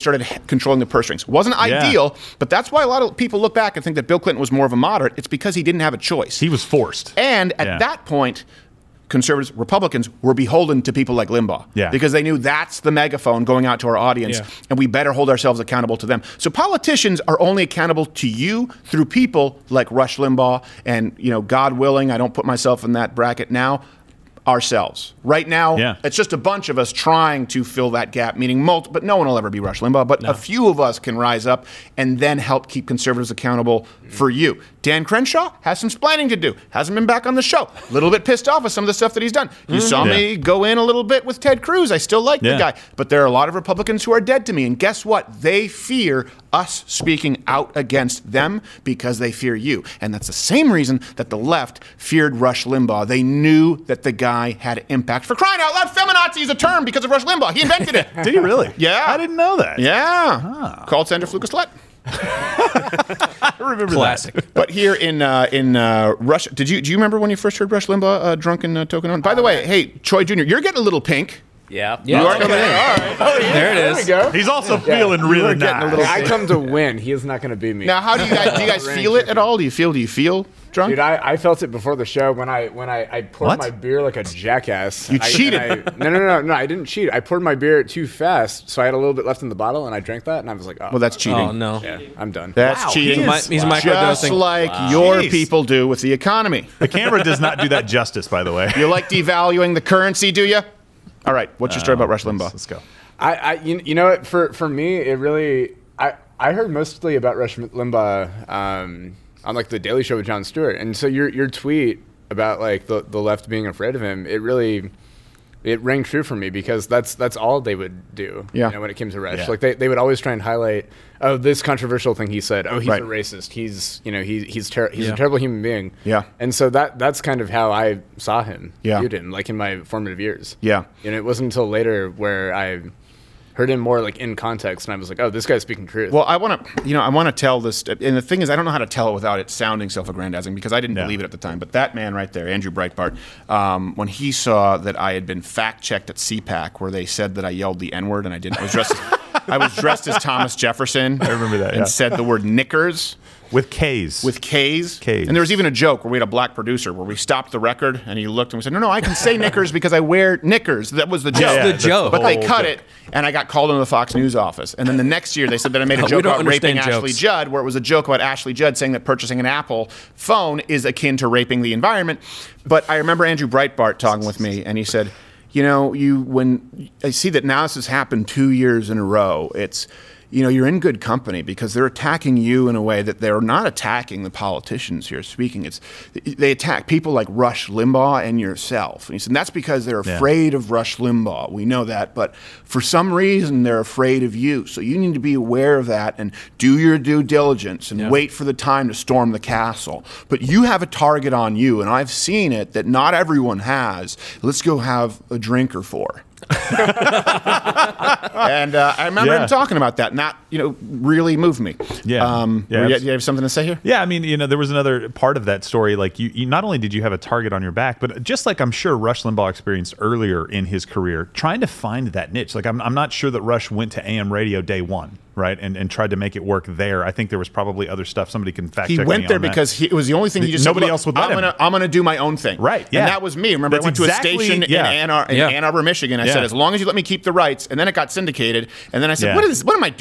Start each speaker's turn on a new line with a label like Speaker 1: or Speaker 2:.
Speaker 1: started h- controlling the purse strings. Wasn't
Speaker 2: Yeah.
Speaker 1: ideal, but that's why a lot of people look back and think that Bill Clinton was more of a moderate. It's because he didn't have a choice.
Speaker 2: He was forced.
Speaker 1: and at
Speaker 2: Yeah.
Speaker 1: that point, conservatives, Republicans were beholden to people like Limbaugh
Speaker 2: Yeah.
Speaker 1: because they knew that's the megaphone going out to our audience
Speaker 3: Yeah.
Speaker 1: and we better hold ourselves accountable to them. So politicians are only accountable to you through people like Rush Limbaugh and, you know, God willing, I don't put myself in that bracket now, ourselves. Right now,
Speaker 2: Yeah.
Speaker 1: it's just a bunch of us trying to fill that gap, meaning multiple, but no one will ever be Rush Limbaugh, but a few of us can rise up and then help keep conservatives accountable for you. Dan Crenshaw has some splaining to do. Hasn't been back on the show. A little bit pissed off with some of the stuff that he's done. You saw
Speaker 2: Mm-hmm. Yeah.
Speaker 1: me go in a little bit with Ted Cruz. I still like the
Speaker 2: Yeah.
Speaker 1: guy. But there are a lot of Republicans who are dead to me. And guess what? They fear us speaking out against them because they fear you. And that's the same reason that the left feared Rush Limbaugh. They knew that the guy had impact. For crying out loud, feminazi is a term because of Rush Limbaugh. He invented it.
Speaker 2: Did he really?
Speaker 1: Yeah.
Speaker 2: I didn't know that.
Speaker 1: yeah. Called Sandra Fluke a slut.
Speaker 2: I remember
Speaker 3: Classic.
Speaker 2: that.
Speaker 1: But here in uh, in uh, Russia, did you do you remember when you first heard Rush Limbaugh uh, drunk and uh, token on? By the way, hey Troy Jr., you're getting a little pink.
Speaker 4: Yeah.
Speaker 3: Yeah.
Speaker 1: You
Speaker 3: Oh,
Speaker 1: are coming in. All right.
Speaker 3: there it is.
Speaker 2: He's also feeling really nice.
Speaker 1: getting a little-
Speaker 5: I come to win. He is not going to beat me.
Speaker 1: Now, how do you guys do? You guys feel it at all? Do you feel? Do you feel drunk?
Speaker 5: Dude, I, I felt it before the show when I when I, I poured
Speaker 2: What?
Speaker 5: my beer like a jackass.
Speaker 1: You
Speaker 5: I- and
Speaker 1: cheated.
Speaker 5: I, no, no, no, no. I didn't cheat. I poured my beer too fast, so I had a little bit left in the bottle, and I drank that, and I was like, oh,
Speaker 1: well, that's cheating.
Speaker 3: Oh no.
Speaker 5: yeah, I'm done.
Speaker 1: That's
Speaker 2: Wow,
Speaker 1: cheating.
Speaker 2: he is-
Speaker 3: He's mi- he's
Speaker 1: just
Speaker 3: microdosing.
Speaker 1: like your
Speaker 2: Jeez.
Speaker 1: people do with the economy.
Speaker 2: the camera does not do that justice, by the way.
Speaker 1: You like devaluing the currency, do you? All right. What's your story about Rush Limbaugh?
Speaker 2: Oh, Let's, let's go.
Speaker 5: I, I you, you know what for for me it really I I heard mostly about Rush Limbaugh um, on like the Daily Show with Jon Stewart, and so your your tweet about like the the left being afraid of him it really it rang true for me because that's that's all they would do
Speaker 1: Yeah.
Speaker 5: you know, when it came to Rush
Speaker 2: Yeah.
Speaker 5: like they, they would always try and highlight oh this controversial thing he said oh he's
Speaker 1: Right.
Speaker 5: a racist he's you know he, he's ter- he's
Speaker 3: Yeah.
Speaker 5: a terrible human being
Speaker 1: Yeah.
Speaker 5: and so that that's kind of how I saw him
Speaker 1: Yeah.
Speaker 5: viewed him like in my formative years
Speaker 1: Yeah.
Speaker 5: and it wasn't until later where I heard him more like in context, and I was like, "Oh, this guy's speaking truth."
Speaker 1: Well, I want to, you know, I want to tell this. And the thing is, I don't know how to tell it without it sounding self-aggrandizing because I didn't
Speaker 2: Yeah.
Speaker 1: believe it at the time. But that man right there, Andrew Breitbart, um, when he saw that I had been fact-checked at CPAC, where they said that I yelled the N-word and I didn't, I was dressed, I was dressed as Thomas Jefferson. I
Speaker 2: remember that,
Speaker 1: And
Speaker 2: yeah.
Speaker 1: said the word knickers.
Speaker 2: With K's.
Speaker 1: with K's.
Speaker 2: K's.
Speaker 1: And there was even a joke where we had a black producer where we stopped the record and he looked and we said, No, no, I can say knickers because I wear knickers. That was the joke.
Speaker 3: the That's joke. the
Speaker 1: But they
Speaker 2: whole
Speaker 1: cut
Speaker 2: joke.
Speaker 1: it and I got called into the Fox News office. And then the next year they said that I made a
Speaker 3: We
Speaker 1: joke
Speaker 3: don't
Speaker 1: about raping
Speaker 3: understand
Speaker 1: Ashley
Speaker 3: jokes.
Speaker 1: Judd, where it was a joke about Ashley Judd saying that purchasing an Apple phone is akin to raping the environment. But I remember Andrew Breitbart talking with me and he said, you know, you when I see that now this has happened two years in a row, it's you know, you're in good company because they're attacking you in a way that they're not attacking the politicians here speaking. It's they attack people like Rush Limbaugh and yourself. And he said, that's because they're
Speaker 2: Yeah.
Speaker 1: afraid afraid of Rush Limbaugh. We know that, but for some reason they're afraid of you. So you need to be aware of that and do your due diligence and wait for the time to storm the castle. But you have a target on you, and I've seen it that not everyone has. Let's go have a drink or four. and uh, I remember
Speaker 2: Yeah.
Speaker 1: him talking about that, and that you know really moved me.
Speaker 2: Yeah.
Speaker 1: Um,
Speaker 2: Yeah,
Speaker 1: were you,
Speaker 2: abs-
Speaker 1: do you have something to say here?
Speaker 2: Yeah, I mean, you know, there was another part of that story. Like, you, you not only did you have a target on your back, but just like I'm sure Rush Limbaugh experienced earlier in his career, trying to find that niche. Like, I'm, I'm not sure that Rush went to AM radio day one, right? And and tried to make it work there. I think there was probably other stuff. Somebody can fact
Speaker 1: He
Speaker 2: check.
Speaker 1: went
Speaker 2: me
Speaker 1: there
Speaker 2: on that.
Speaker 1: because he, it was the only thing he
Speaker 2: The-
Speaker 1: just
Speaker 2: nobody
Speaker 1: said, "Look,
Speaker 2: else would let
Speaker 1: I'm
Speaker 2: him."
Speaker 1: gonna I'm gonna do my own thing.
Speaker 2: Right, yeah.
Speaker 1: And that was me. Remember,
Speaker 2: That's
Speaker 1: I went
Speaker 2: exactly-
Speaker 1: to a station
Speaker 2: yeah.
Speaker 1: in, Ann Ar- in
Speaker 3: Yeah.
Speaker 1: Ann Arbor, Michigan. I
Speaker 2: Yeah.
Speaker 1: said, as long as you let me keep the rights, and then it got syndicated. And then I said,
Speaker 2: Yeah.
Speaker 1: what is what am I